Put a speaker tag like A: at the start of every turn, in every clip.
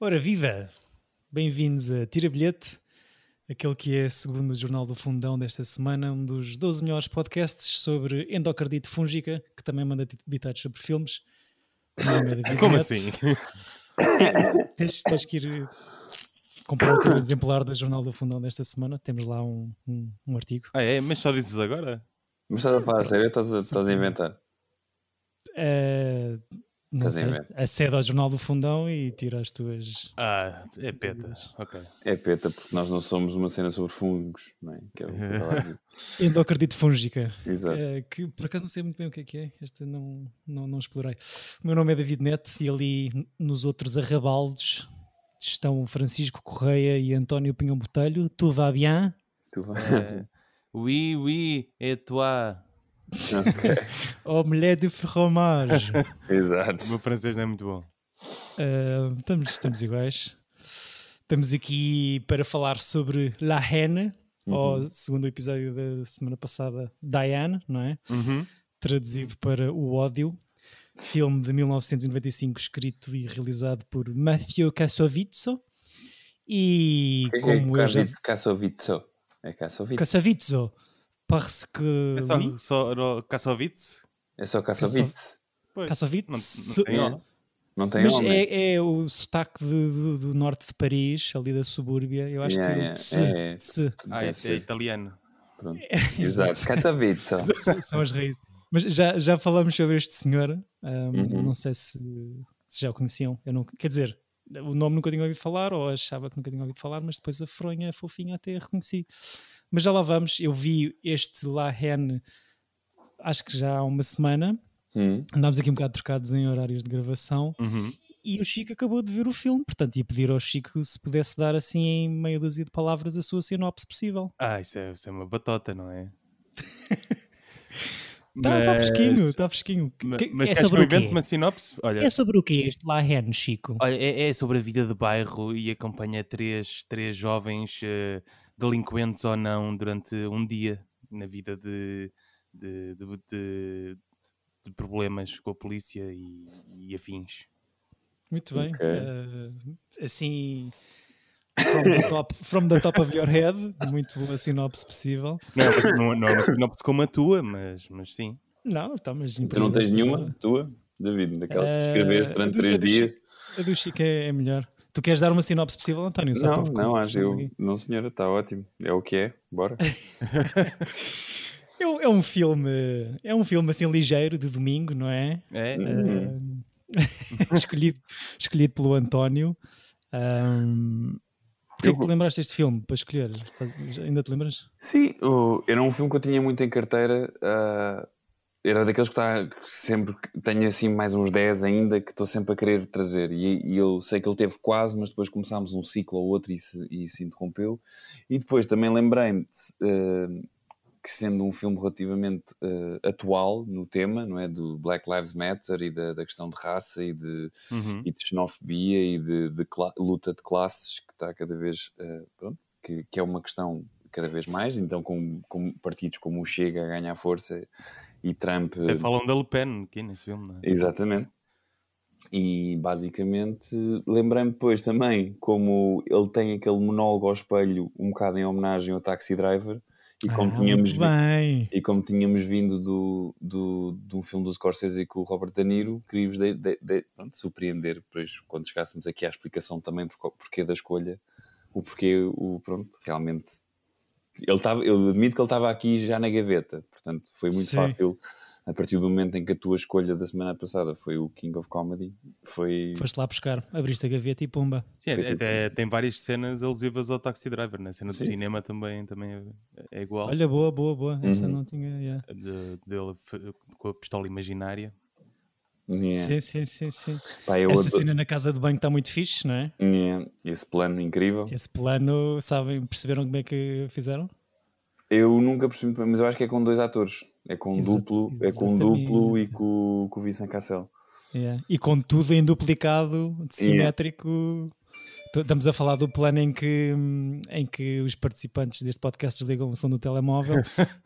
A: Ora, viva! Bem-vindos a Tira Bilhete, aquele que é, segundo o Jornal do Fundão desta semana, um dos 12 melhores podcasts sobre endocardite fúngica, que também manda ditados sobre filmes. O meu nome é David
B: Como
A: Neto.
B: assim?
A: Tens, tens que ir eh, comprar outro exemplar do Jornal do Fundão desta semana. Temos lá um, um, um artigo.
B: Ah, é? Mas só dizes agora?
C: Mas estás a falar a sério ou estás a,
A: Sim.
C: estás a inventar?
A: Eh, não
C: Estás a
A: sei,
C: ver.
A: acede ao Jornal do Fundão e tira as tuas.
B: Ah, é petas. Ok.
C: É peta, porque nós não somos uma cena sobre fungos, não é? Que é o que eu estava a dizer.
A: Endocardite fúngica.
C: Exato.
A: Eh, que por acaso não sei muito bem o que é que é, esta não, não, não explorei. O meu nome é David Neto e ali n- nos outros arrabaldes estão Francisco Correia e António Pinhão Botelho. Tu vá bien?
C: Tu vai.
B: Eh, oui, oui, et toi?
C: Ok.
A: Oh, mulher de fromage.
C: Exato.
B: O meu francês não é muito bom.
A: Eh, estamos, estamos iguais. Estamos aqui para falar sobre La Haine, ou segundo o episódio da semana passada, Diane, não é?
B: Uhum.
A: traduzido para O Ódio, filme de 1995 escrito e realizado por Matthew Kassovitzo. E
C: O que é que é
A: como eu já...
C: Cavit- Kassovitso? É Kassovitso.
A: Kassovitzo, parce que...
B: É só,
A: oui,
B: só no Kassovitz?
C: É só Kassovitso.
B: Pois,
A: Kassovitz,
B: Não, não tem
C: Não,
B: O.
C: não tem
A: Mas
C: homem.
A: é, é o sotaque de- do, do norte de Paris, ali da subúrbia. Eu acho
C: Yeah,
A: que é o
C: yeah,
A: tse,
C: é, é.
A: tse.
B: Ah, isso é italiano.
C: Pronto. Exato. Kassovitso.
A: São- são as raízes. Mas já, já falamos sobre este senhor, ahm,
C: Uhum.
A: não sei se, se já o conheciam. Eu não, quer dizer, o nome nunca tinha ouvido falar, ou achava que nunca tinha ouvido falar, mas depois a fronha fofinha até a reconheci. Mas já lá vamos, eu vi este La Haine acho que já há uma semana.
C: Hum.
A: Andámos aqui um bocado trocados em horários de gravação
B: Uhum.
A: e o Chico acabou de ver o filme, portanto ia pedir ao Chico se pudesse dar assim em meia dúzia de palavras a sua sinopse possível.
B: Ah, isso é, isso é uma batota, não é?
A: Está Tá, fresquinho, está fresquinho.
B: ma-
A: Que-
B: mas
A: é
B: queres Tá, que
A: sobre
B: eu
A: o quê?
B: invente uma sinopse? Olha,
A: É sobre o que este La Haine, Chico?
B: Olha, é, é sobre a vida de bairro e acompanha três, três jovens eh, delinquentes ou não durante um dia na vida de, de, de- de- de problemas com a polícia e, e afins.
A: Muito bem.
C: Ok.
A: Eh, assim, from the, top, from the top of your head, muito boa sinopse possível.
B: Não, não, não é uma sinopse como a tua, mas, mas sim.
A: Não, está, mas
C: Tu não tens
A: improvisaste
C: nenhuma?
A: agora.
C: Tua? David, daquelas
A: Eh,
C: que escreveste durante
A: eu- eu
C: três
A: deixei-
C: dias?
A: A do Chico é, é melhor. Tu queres dar uma sinopse possível, António? Só
C: Não,
A: para-
C: não, acho
A: estamos
C: eu.
A: aqui.
C: Não, senhora, está ótimo. É o que é. Bora.
A: É, um- é um filme, é um filme assim ligeiro de domingo, não é?
B: É,
C: Uhum.
A: Eh, escolhido, escolhido pelo António. Ahm, Porquê é que
C: Eu-
A: te lembraste deste filme para escolher? Faz- Ainda te lembras?
C: Sim, o- era um filme que eu tinha muito em carteira. ah, era daqueles que, tá, que sempre que tenho assim mais uns 10 ainda que estou sempre a querer trazer. E, e eu sei que ele teve quase, mas depois começámos um ciclo ou outro e se, e se interrompeu. E depois também lembrei-me ah, que, sendo um filme relativamente ah, atual no tema, não é? Do Black Lives Matter e da, da questão de raça e de,
B: uhum.
C: e de xenofobia e de, de cla- luta de classes que está cada vez eh, pronto, que, que é uma questão cada vez mais, então com, com partidos como o Chega a ganhar força e Trump
A: É
C: eh,
B: Até falam da Le Pen aqui nesse filme, não é?
C: Exatamente. E basicamente lembrei-me depois também como ele tem aquele monólogo ao espelho um bocado em homenagem ao Taxi Driver e como
A: Ah,
C: tínhamos
A: muito
C: vi-
A: bem.
C: e como tínhamos vindo do, do, de um filme do Scorsese com o Robert De Niro, queríamos de, de- de- pronto, surpreender depois, quando chegássemos aqui à explicação também porque, porquê da escolha, o porquê, o, pronto, realmente. Ele tava, eu admito que ele estava aqui já na gaveta, portanto foi muito
A: Sim.
C: fácil. A partir do momento em que a tua escolha da semana passada foi o King of Comedy, foi.
A: Foste lá buscar, abriste a gaveta e pumba.
B: Sim,
C: Foi
B: até tem várias cenas alusivas ao Taxi Driver, na cena do
C: Sim, sim.
B: cinema também, também é- é igual.
A: Olha, boa, boa, boa. Essa
C: Oh. Uhum.
A: não tinha. yeah.
B: de- dele f- com a pistola imaginária.
C: Yeah.
A: Sim, sim, sim, sim.
C: Pá, eu
A: Essa
C: adoro-
A: cena na casa de banho está muito fixe, não é?
C: Yeah. Esse plano incrível.
A: Esse plano, sabem, perceberam como é que fizeram?
C: Eu nunca percebi, muito bem, mas eu acho que é com dois atores. É com um
A: Exa-
C: duplo, é com um
A: exatamente.
C: duplo e com, com o Vincent Cassel.
A: Yeah. E com tudo em duplicado, de
C: Yeah.
A: simétrico. T- Estamos a falar do plano em que, hum, em que os participantes deste podcast desligam o som do telemóvel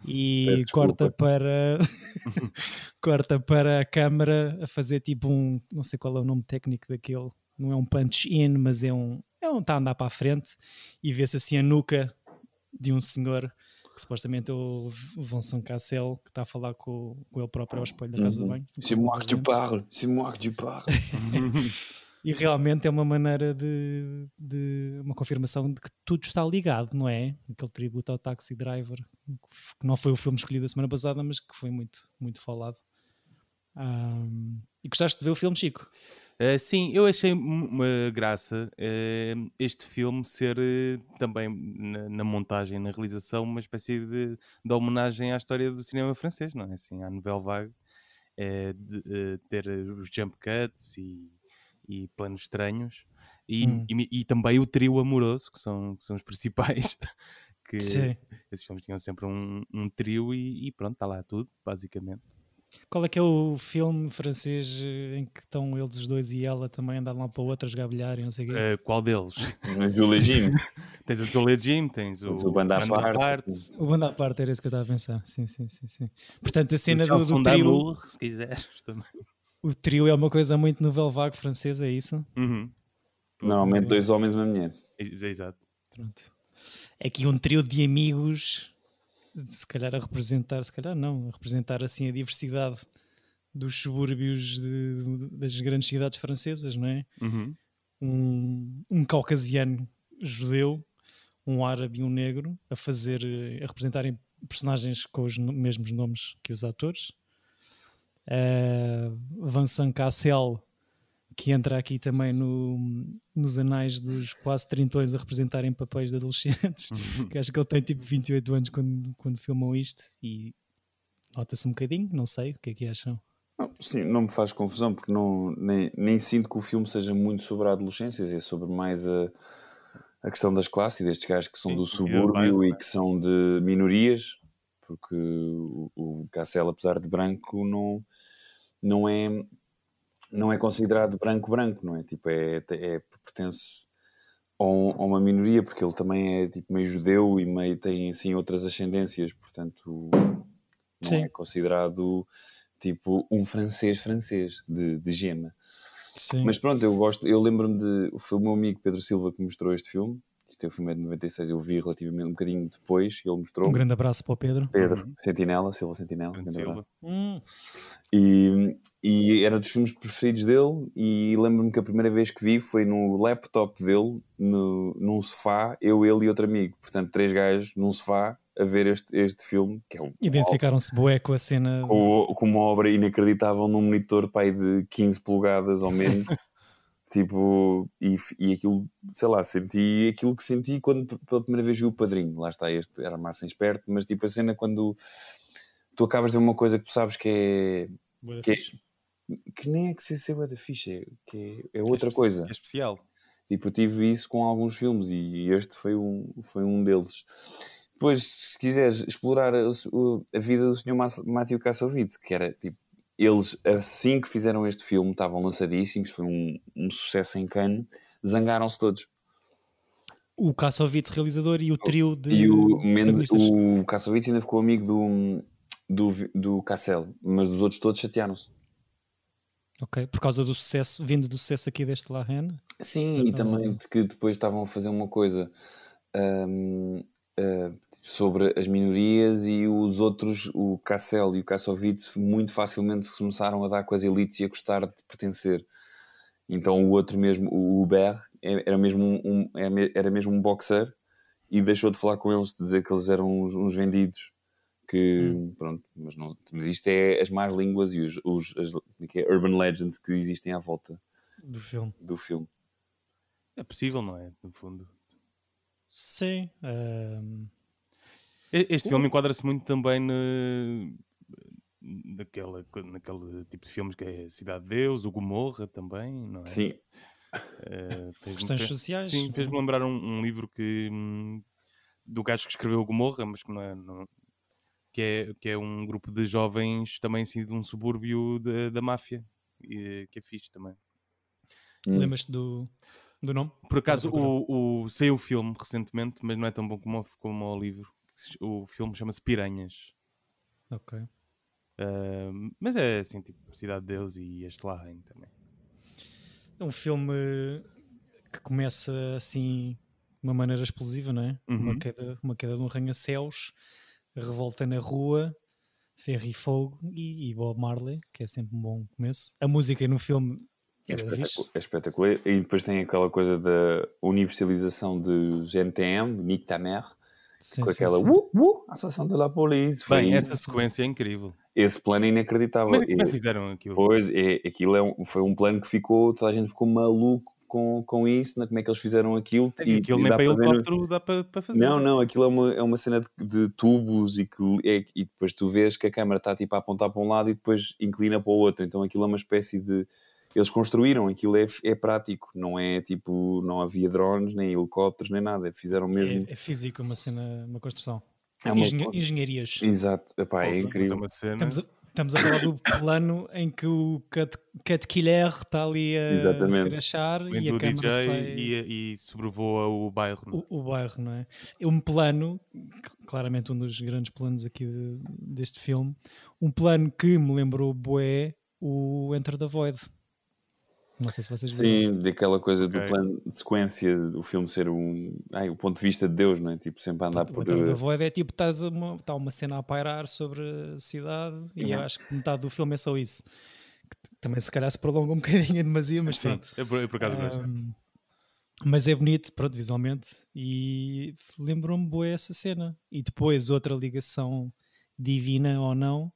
A: e
C: Peço
A: corta
C: desculpa.
A: para corta para a câmara a fazer tipo um, não sei qual é o nome técnico daquele, não é um punch-in, mas é um. É um tá a andar para a frente e vê-se assim a nuca de um senhor que supostamente é o Vincent Cassel que está a falar com, com ele próprio ao espelho da casa
C: Uhum.
A: do banho.
C: C'est moi que tu parles, c'est moi que tu parles.
A: E realmente é uma maneira de, de- uma confirmação de que tudo está ligado, não é? Aquele tributo ao Taxi Driver, que não foi o filme escolhido a semana passada, mas que foi muito, muito falado. Ahm, e gostaste de ver o filme, Chico?
B: Uh, sim, eu achei m- uma graça uh, este filme ser uh, também na, na montagem, na realização, uma espécie de, de homenagem à história do cinema francês, não é? Assim, à Nouvelle Vague, uh, de, uh, ter os jump cuts e, e planos estranhos e,
A: Hum.
B: e- e também o trio amoroso, que são, que são os principais. que esses filmes tinham sempre um, um trio e, e pronto, está lá tudo, basicamente.
A: Qual é que é o filme francês eh, em que estão eles os dois e ela também andando lá para outra a esgabilhar e não sei o quê?
B: Uh, qual deles?
C: Julie Jean.
B: Tens o Jolie Jim, tens o,
C: Tens o Banda à
B: Banda à
C: parte.
B: parte,
A: O bando à parte era isso que eu estava a pensar. Sim, sim, sim. sim. Portanto, a
B: o
A: cena do,
B: Chanson
A: do trio,
B: d'amour, se quiseres também.
A: o trio é uma coisa muito novel vague francesa, é isso?
B: Uhum.
C: Normalmente dois homens e uma mulher.
B: Ex- Exato.
A: Pronto. É que um trio de amigos, se calhar a representar, se calhar não, a representar assim a diversidade dos subúrbios de- das grandes cidades francesas, não é?
B: Uhum.
A: um, um caucasiano judeu, um árabe e um negro a fazer, eh, a representarem personagens com os no- mesmos nomes que os atores. Eh, Vincent Cassel, que entra aqui também no- nos anais dos quase trintões a representarem papéis de adolescentes,
C: Uhum.
A: que acho que ele tem tipo 28 anos quando, quando filmam isto e nota-se um bocadinho, não sei, o que é que acham?
C: Não, sim, não me faz confusão, porque não, nem, nem sinto que o filme seja muito sobre a adolescência, é sobre mais a, a questão das classes e destes gajos que são
B: Sim,
C: do
B: e do bairro,
C: subúrbio e
B: né?
C: que são de minorias, porque o, o Cassel, apesar de branco, não, não, é, não é considerado branco-branco, não é? Tipo, é, é, pertence a, um- a uma minoria, porque ele também é tipo, meio judeu e meio tem assim outras ascendências, portanto não
A: Sim.
C: é considerado tipo um francês francês de, de gema.
A: Sim.
C: Mas pronto, eu gosto, eu lembro-me de foi o meu amigo Pedro Silva que me mostrou este filme. Este é o filme é de 96, eu vi relativamente um bocadinho depois, ele mostrou.
A: um grande Uhum. abraço para o Pedro.
C: Pedro, Sentinela, Silva Sentinela,
B: Grande
C: grande abraço.
B: Silva.
A: Hum,
C: E, e era dos filmes preferidos dele. E lembro-me que a primeira vez que vi foi no laptop dele, no, num sofá, eu, ele e outro amigo. Portanto, três gajos num sofá a ver este, este filme, que é um
A: Identificaram-se bué com a cena.
C: com, com uma obra inacreditável num monitor pai de 15 polegadas ou menos. tipo, e, f- e aquilo, sei lá, senti aquilo que senti quando p- pela primeira vez vi o padrinho. Lá está, este era mais esperto, mas tipo a cena quando tu acabas de ver uma coisa que tu sabes que é.
A: bué da
C: que-
A: fixe.
C: que nem é que se é bué da ficha, é, que é, é
B: É
C: outra
B: espe-
C: coisa.
B: É especial.
C: Tipo, eu tive isso com alguns filmes e este foi um, foi um deles. Depois, se quiseres explorar a, o- a vida do Sr. Mas- Matthew Kassovitz, que era tipo, eles assim que fizeram este filme estavam lançadíssimos, foi um, um sucesso em Cannes, zangaram-se todos.
A: o Kassovitz realizador e o trio de
C: E o, Men-
A: protagonistas.
C: o Kassovitz ainda ficou amigo do, do, Vi- do Cassel, mas dos outros todos chatearam-se.
A: Ok, por causa do sucesso, vindo do sucesso aqui deste La Haine.
C: Sim, e
A: Certamente.
C: também de que depois estavam a fazer uma coisa hum, ah, sobre as minorias e os outros, o Cassel e o Kassovitz, muito facilmente se começaram a dar com as elites e a gostar de pertencer. Então o outro mesmo, o Hubert, é- era mesmo um, um- é me- era mesmo um boxer e deixou de falar com eles, de dizer que eles eram uns, uns vendidos. Que, pronto, mas, não, mas isto é as más línguas e os, os as, como é que é? urban legends que existem à volta
A: do filme.
C: do filme.
B: É possível, não é? No fundo.
A: Sim. eh, ahm,
B: E- Este filme enquadra-se muito também na... Naquela, naquele tipo de filmes que é Cidade de Deus, o Gomorra também, não é?
C: Sim,
B: Eh, fez-me
A: questões
B: pe-
A: sociais. é?
B: Sim, fez-me lembrar um, um livro que hum, do gajo que escreveu o Gomorra, mas que não é. não- que, é que é um grupo de jovens também assim de um subúrbio da- da máfia, e, que é fixe também.
A: Lembras-te do, do nome?
B: Por acaso,
A: procurar.
B: o, o, saiu o filme recentemente, mas não é tão bom como, o- como o livro. O filme chama-se Piranhas.
A: Ok.
B: Ah, mas é assim, tipo, Cidade de Deus e este lá também.
A: É um filme que começa assim de uma maneira explosiva, não é? Uma,
B: Uhum.
A: queda, uma queda de um arranha-céus, revolta na rua, ferro e fogo e, e Bob Marley, que é sempre um bom começo. A música no filme
C: É,
A: é fixe.
C: espetacu- é espetacular. E depois tem aquela coisa da universalização dos NTM, Nick Tamer,
A: Sim,
C: com
A: sim,
C: aquela
A: sim.
C: uh, uh, assassão de la police. Foi
B: É, Bem,
C: isso.
B: essa sequência é incrível.
C: Esse plano é inacreditável.
B: Como é, como é
C: E
B: que fizeram aquilo?
C: depois, é, aquilo é um- foi um plano que ficou, toda a gente ficou maluco com, com isso, né? como é que eles fizeram aquilo.
B: É que aquilo nem
C: dá
B: para
C: ver no-
B: helicóptero dá para, para fazer.
C: Não, não, aquilo é uma, é uma cena de, de tubos e, que, é- e depois tu vês que a câmera está tipo a apontar para um lado e depois inclina para o outro. Então aquilo é uma espécie de. Eles construíram, aquilo é, é prático, não é tipo. Não havia drones, nem helicópteros, nem nada. Fizeram mesmo.
A: É, é físico, uma cena, uma construção.
C: É uma-
A: Engenha- engenharias.
C: Exato, Epá, é
B: Mas
C: incrível.
B: uma cena-
A: Estamos a, estamos a falar do plano em que o Cat, Cat Killer está ali a, a se
C: Exatamente.
A: crachar
B: Vem
A: e a
B: do
A: câmera
B: DJ
A: sai
B: e, e sobrevoa o bairro. não é?
A: o, o bairro, não é? É um plano, cl- claramente um dos grandes planos aqui de- deste filme, um plano que me lembrou bué o Enter the Void. Não sei se vocês viram.
C: Sim, daquela coisa do
B: Ok.
C: plano de sequência do filme ser um. Ai, o ponto de vista de Deus, não é? Tipo, sempre a andar
A: O
C: por.
A: Enter the Void é tipo, estás a uma- está uma cena a pairar sobre a cidade e eu
C: Yeah.
A: acho que metade do filme é só isso. Que t- Também se calhar se prolonga um bocadinho em demasia, mas
B: Sim,
A: pronto.
B: eu por, eu por acaso gosto.
A: Ahm, mas é bonito, pronto, visualmente. E lembrou-me boa essa cena. E depois outra ligação divina ou não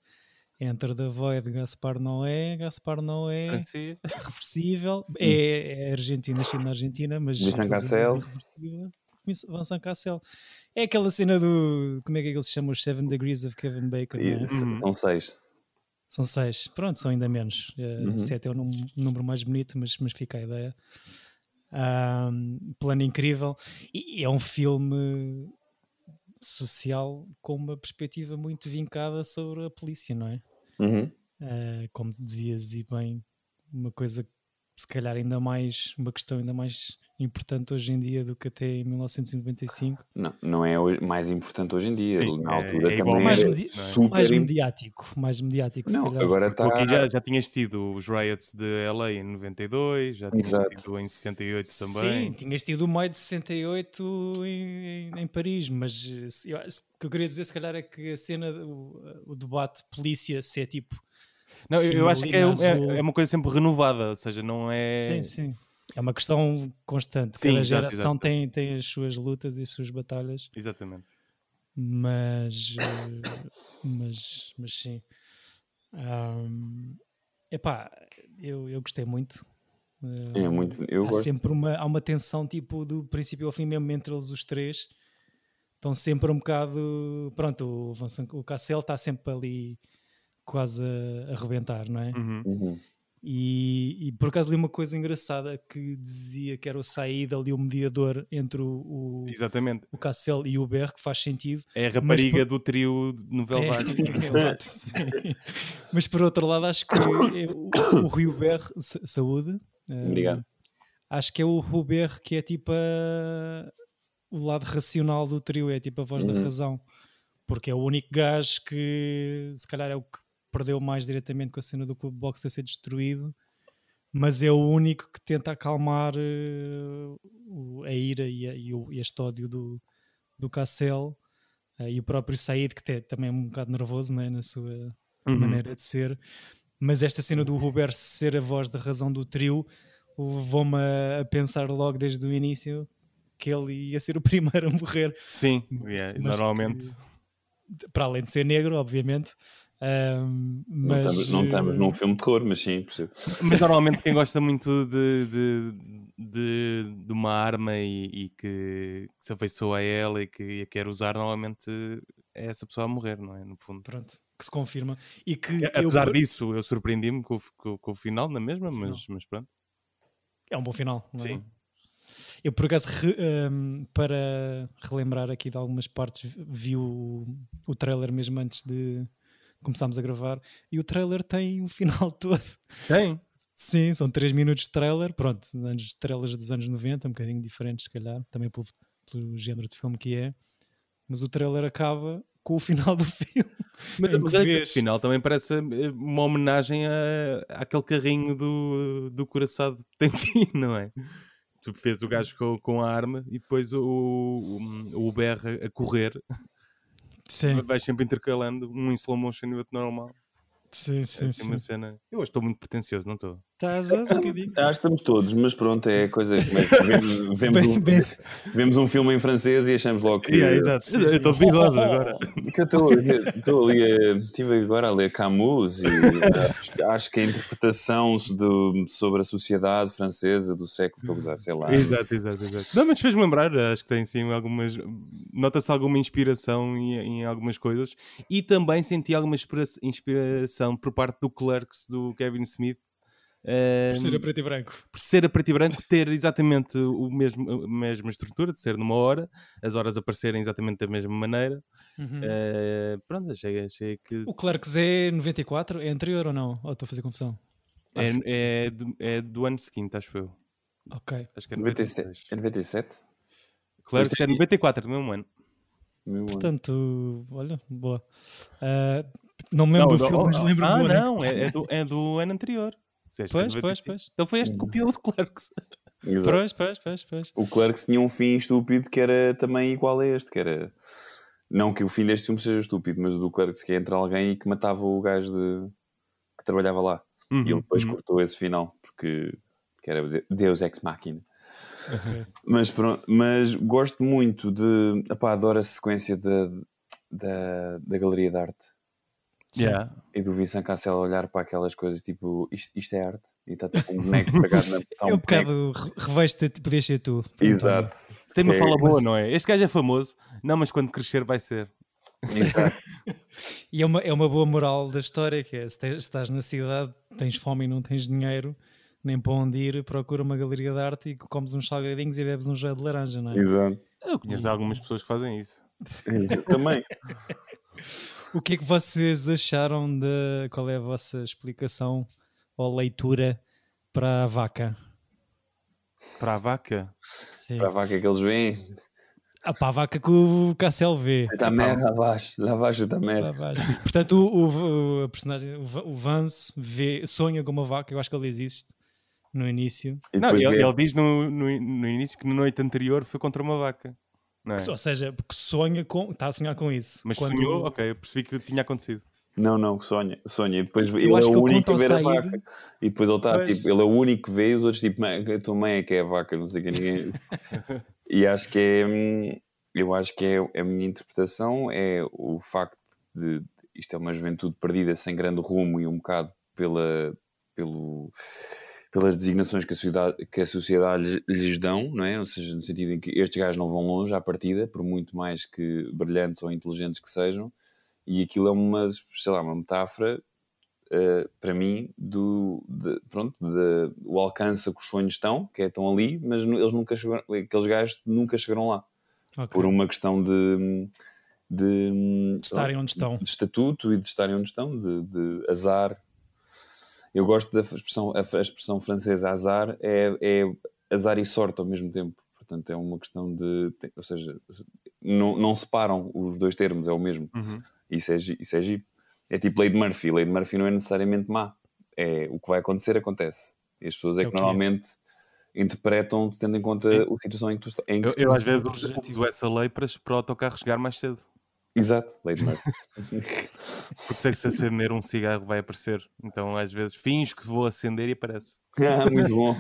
A: entre da Void, Gaspar Noé. Gaspar Noé,
B: Francia,
A: reversível. É, é Argentina, China, Argentina, mas.
C: Hum. Vincent
A: mas é
C: Cassel.
A: irreversível. Vincent Cassel. É aquela cena do. Como é que, é que ele se chama? Os Seven Degrees of Kevin Bacon. não é?
C: E,
B: Uhum.
C: eh, São seis.
A: São seis. Pronto, são ainda menos. Eh,
C: Uhum.
A: Sete é o num- número mais bonito, mas, mas fica a ideia. Ahm, plano incrível. E, e é um filme social com uma perspectiva muito vincada sobre a polícia, não é?
C: Uhum.
A: Eh, como dizias e bem, uma coisa se calhar ainda mais, uma questão ainda mais importante hoje em dia do que até em 1995.
C: Não, não é hoje- mais importante hoje em dia.
B: Sim,
C: Na
B: é-
C: altura
B: é igual
C: também
A: mais
C: era
A: medi-
C: super
A: Mais
C: im-
A: mediático, mais mediático se
C: Não,
A: calhar.
C: agora tá
B: Tu
C: está.
B: aqui já, já tinhas tido os riots de LA em 92, já tinhas
C: Exato.
B: tido em 68
A: Sim,
B: também.
A: tinhas tido o maio de 68 em, em, em Paris, mas eh, se- eu acho- o que eu queria dizer, se calhar, é que a cena, o, o debate polícia, se é tipo.
B: Não, eu, eu acho que é,
A: Fibrina azul.
B: é- é uma coisa sempre renovada, ou seja, não é.
A: Sim, sim. É uma questão constante.
B: Sim,
A: Cada
B: exato,
A: geração
B: exato.
A: Tem, tem as suas lutas e as suas batalhas,
B: Exatamente.
A: mas. eh, mas, mas sim. Ahm, epá, eu, eu gostei muito.
C: É
A: Ahm,
C: muito. Eu
A: há
C: gosto.
A: sempre uma, há uma tensão tipo do princípio ao fim mesmo entre eles os três estão sempre um bocado pronto, o, Vincent- o Cassel está sempre ali quase a, a rebentar, não é?
B: Uhum.
C: Uhum.
A: E, e por acaso li uma coisa engraçada que dizia que era o saída ali o mediador entre o, o,
B: Exatamente.
A: o Cassel e o Ber, que faz sentido
B: É a
A: Mas
B: rapariga do trio de Novel
A: é,
B: Vague.
A: exato, sim. Mas por outro lado, acho que é o, o Rio BR, sa- saúde. eh,
C: Obrigado.
A: Acho que é o Rio BR que é tipo a- o lado racional do trio, é tipo a voz da
C: Uhum.
A: razão. Porque é o único gajo que se calhar é o que perdeu mais diretamente com a cena do clube de boxe ter sido destruído, mas é o único que tenta acalmar eh, o- a ira e, a- e o- e este ódio do, do Cassel. Eh, e o próprio Said, que te- também é um bocado nervoso né, na sua
B: Uhum.
A: maneira de ser. Mas esta cena do Huber ser a voz da razão do trio levou-me a- a pensar logo desde o início que ele ia ser o primeiro a morrer.
B: Sim, yeah,
A: Mas
B: normalmente.
A: que, para além de ser negro, obviamente. ahm,
C: Não,
A: mas,
C: estamos, não estamos
A: eh,
C: num filme de terror, mas sim, percebo.
B: Mas normalmente quem gosta muito de, de, de, de uma arma e, e que, que se afeiçoa a ela e que a quer usar, normalmente é essa pessoa a morrer, não é? No fundo.
A: Pronto, que se confirma. E que eu-
B: É, Apesar disso, eu surpreendi-me com, o f- com, o- com o final na mesma,
A: final.
B: mas, mas pronto.
A: É um bom final. não é?
B: Sim.
A: Eu, por acaso, re- ehm, para relembrar aqui de algumas partes, vi- vi o, o trailer mesmo antes de começarmos a gravar. E o trailer tem o final todo.
B: Tem.
A: Sim, são 3 minutos de trailer. Pronto, anos, trailers dos anos 90, um bocadinho diferentes, se calhar, também pelo, pelo género de filme que é. Mas o trailer acaba com o final do filme.
B: Mas,
A: Em que
B: mas é, no
A: vês-
B: final também parece eh, uma homenagem a, àquele carrinho do, do coraçado tanquinho, não é? Tu fez o gajo com, com a arma e depois o, o, o BR a correr.
A: Sim,
B: Vais sempre intercalando um em slow motion e outro normal.
A: sim, sim. sim.
B: É assim uma cena. Eu hoje estou muito pretencioso, não estou?
A: Estás a um bocadinho.
C: Acho que estamos todos, mas pronto, é coisa. como é que Vemos, vemos
A: Bem,
C: um,
A: bem. é
C: vemos um filme em francês e achamos logo que.
B: Eu- Eu estou de bigode agora.
C: que eu estou- estou ali. a- Estive agora a ler Camus e acho, acho que a interpretação do- sobre a sociedade francesa do século. Estou a usar, sei lá.
B: Exato, exato, exato. Não, mas fez-me lembrar, acho que tem sim algumas. Nota-se alguma inspiração em, em algumas coisas e também senti alguma inspira- inspiração por parte do Clerks do Kevin Smith. eh,
A: Por ser a preto e branco.
B: por ser a preto e branco, ter exatamente o mesmo, a mesma estrutura, de ser numa hora, as horas aparecerem exatamente da mesma maneira. Eh, pronto, achei, achei que
A: O Clerks é 94? É anterior ou não? Ou estou a fazer confusão?
B: é, é do, é do ano seguinte, acho eu.
A: Ok.
B: Acho que é
C: 97. É 97?
B: Clerks é 94, do mesmo ano.
C: Meu ano.
A: Portanto, olha, boa. Ah, não me lembro do
B: do-
A: filme, mas lembro
B: ah,
A: do ano.
B: não, é, é do, é do ano anterior. Se és
A: Pois,
B: que é
A: pois,
B: 95.
A: pois.
B: Então foi este que copiou o Clerks.
C: Exato.
A: Pois, pois, pois, pois.
C: O Clerks tinha um fim estúpido que era também igual a este, que era... Não que o fim deste filme seja estúpido, mas o do Clerks que entra alguém e que matava o gajo de... que trabalhava lá.
A: Uhum,
C: Uhum. E ele
B: Hum,
C: depois cortou esse final, porque, porque era de- Deus Ex Machina.
A: Ok.
C: Mas, pronto, mas gosto muito de... Epá, adoro a sequência da, da, da Galeria de Arte
B: Yeah.
C: e do Vincent Cassel olhar para aquelas coisas tipo, isto, isto é arte? E está tipo um boneco pegado na... está
A: É um
C: boneco-
A: bocado re- reveste-te, podias ser tu. Pronto, olha.
C: Exato.
B: Se tem uma
C: É,
B: fala boa,
C: mas-
B: não é? Este gajo é famoso. Não, mas quando crescer vai ser.
A: é?
C: Exato.
A: E é uma, é uma boa moral da história, que é, se te- se estás na cidade, tens fome e não tens dinheiro, nem para onde ir, procura uma galeria de arte e comes uns salgadinhos e bebes um gel de laranja, não é?
C: Exato.
B: Eu
A: Uhum.
B: conheço algumas pessoas que fazem isso.
C: Exato. Também.
A: O que é que vocês acharam de... Qual é a vossa explicação ou leitura para a vaca?
B: Para a vaca.
A: Sim.
C: Para a vaca que eles veem. Então,
A: Ah, para a vaca que o Cassel vê.
B: É.
C: Da merda abaixo, lá abaixo da
A: Para
C: merda.
A: baixo. Portanto, o, o- o- a personagem, o Va- o Vance, vê, sonha com uma vaca, eu acho que ele existe no início.
C: E
B: Não,
C: depois é-
B: ele,
C: vê-
B: ele diz no, no, no início que na noite anterior foi contra uma vaca. Não é?
A: Ou seja, porque sonha com, está a sonhar com isso.
B: Mas
A: Quando-
B: sonhou, ok, eu percebi que tinha acontecido.
C: Não, não, sonha, sonha. E depois ele é
A: acho que
C: o
A: ele conta
C: único a
A: ao
C: ver a
A: Said.
C: vaca. E depois ele está,
A: Pois.
C: tipo, ele é o único que vê e os outros, tipo, "Mãe, a tua mãe é que é a vaca, não sei o que ninguém. e acho que é. hum, Eu acho que é a minha interpretação é o facto de isto é uma juventude perdida sem grande rumo e um bocado pela, pelo, pelas designações que a sociedade, que a sociedade lhes- lhes dão, não é? Ou seja, no sentido em que estes gajos não vão longe à partida, por muito mais que brilhantes ou inteligentes que sejam, e aquilo é uma, sei lá, uma metáfora eh, para mim do de- pronto de- o alcance a que os sonhos estão, que é estão ali, mas nu- eles nunca chegaram, aqueles gajos nunca chegaram lá
A: Ok.
C: por um uma questão de, de,
A: De estarem onde estão.
C: de estatuto e de estarem onde estão, de, de azar. Eu gosto da expressão, a, f- a expressão francesa azar é, é azar e sorte ao mesmo tempo. Portanto, é uma questão de. te- Ou seja, não, não separam os dois termos, é o mesmo.
A: Uhum.
C: Isso é, gi- isso é giro. É tipo Lady Murphy. Lady Murphy não é necessariamente má. É o que vai acontecer, acontece. E as pessoas é
A: É
C: que
A: o que é.
C: normalmente interpretam tendo em conta
B: Sim.
C: a situação em que tu estás. em que
B: Eu,
C: tu
B: eu às
A: Sim,
B: vezes
A: por
B: uso,
A: objetivo.
B: uso essa lei para, para o autocarro chegar mais cedo.
C: Exato, Lady Murphy.
B: Porque sei que se acender um cigarro vai aparecer. Então às vezes finjo que vou acender e aparece.
C: Ah, muito bom.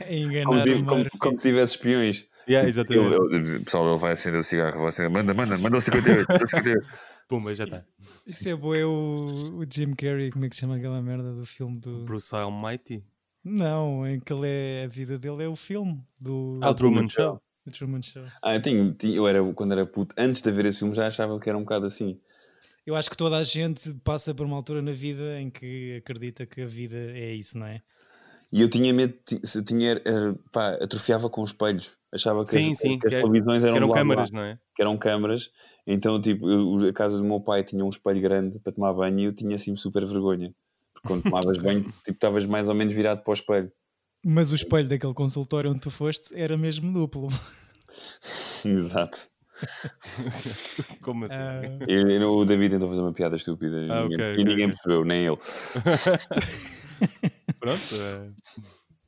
A: A enganar
C: Como,
A: o
C: tive- como,
A: Murphy.
C: como se tivesse espiões.
B: Yeah,
C: Eu,
B: exatamente.
C: eu, pessoal, ele vai acender o cigarro, vai acender. Manda, manda, manda o 58, manda o 58.
B: Pumba, já tá. está.
A: Isso é boa, é o, o Jim Carrey, como é que se chama aquela merda do filme do...
B: Bruce Almighty.
A: Não, em que ele é, a vida dele é o filme do
B: Ah, o Truman Show.
A: do Truman Show.
C: Ah, eu, tinha, tinha- eu era, quando era puto, antes de ver esse filme, já achava que era um bocado assim.
A: Eu acho que toda a gente passa por uma altura na vida em que acredita que a vida é isso, não é?
C: E eu tinha medo, ti- se eu tinha, eh, pá, atrofiava com os espelhos. Achava que
B: Sim,
C: as,
B: sim,
C: que um as
B: que é-
C: televisões eram,
B: Que
C: do
B: eram
C: lado de lá.
B: câmaras, não é?
C: que eram câmaras. Então, tipo, eu- a casa do meu pai tinha um espelho grande para tomar banho e eu tinha assim super vergonha. Porque quando tomavas banho, tipo, estavas mais ou menos virado para o espelho.
A: Mas o espelho daquele consultório onde tu foste era mesmo duplo.
C: Exato.
B: Como assim?
A: Ah,
C: E, e o David tentou fazer uma piada estúpida e
B: Ah,
C: ninguém,
B: ok,
C: e
B: ok,
C: ninguém
B: ok.
C: percebeu, nem ele.
B: Pronto, é.